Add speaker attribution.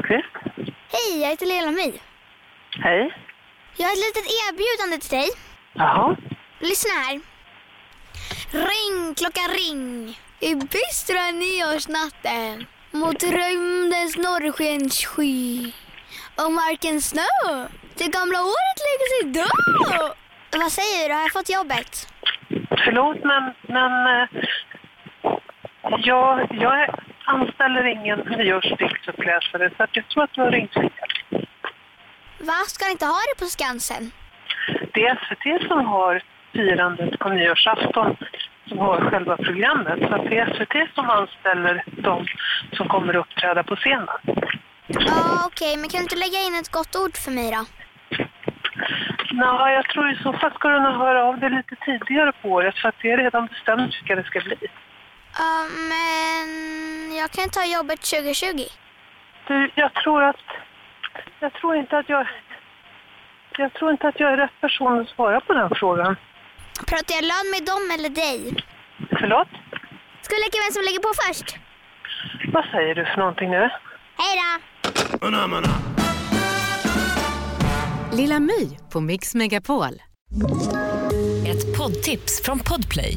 Speaker 1: Okej.
Speaker 2: Hej, jag heter Lela My.
Speaker 1: Hej.
Speaker 2: Jag har ett litet erbjudande till dig.
Speaker 1: Jaha.
Speaker 2: Lyssna här. Ring, klocka ring. I bistra nyårsnatten mot rymdens norrskenssky och markens snö. Det gamla året lägger sig då. Vad säger du? Har jag fått jobbet?
Speaker 1: Förlåt, men, men eh, jag, jag är- anställer ingen nyårsdiktsuppläsare så att jag tror att du har ringt fel.
Speaker 2: Va? Ska ni inte ha det på Skansen?
Speaker 1: Det är SVT som har firandet på nyårsafton som har själva programmet. Så att det är SVT som anställer de som kommer att uppträda på scenen.
Speaker 2: Ja, okej. Men kan du inte lägga in ett gott ord för mig då?
Speaker 1: Nej, jag tror i så fall ska du nog höra av dig lite tidigare på året för att det är redan bestämt vilka det ska bli.
Speaker 2: Ja, men jag kan ta jobbet 2020.
Speaker 1: Du, jag tror att... Jag tror inte att jag... Jag tror inte att jag är rätt person att svara på den frågan.
Speaker 2: Pratar jag lön med dem eller dig?
Speaker 1: Förlåt?
Speaker 2: Ska vi leka vem som lägger på först?
Speaker 1: Vad säger du för någonting nu?
Speaker 2: Hej då!
Speaker 3: Lilla My på Mix Megapol.
Speaker 4: Ett poddtips från Podplay.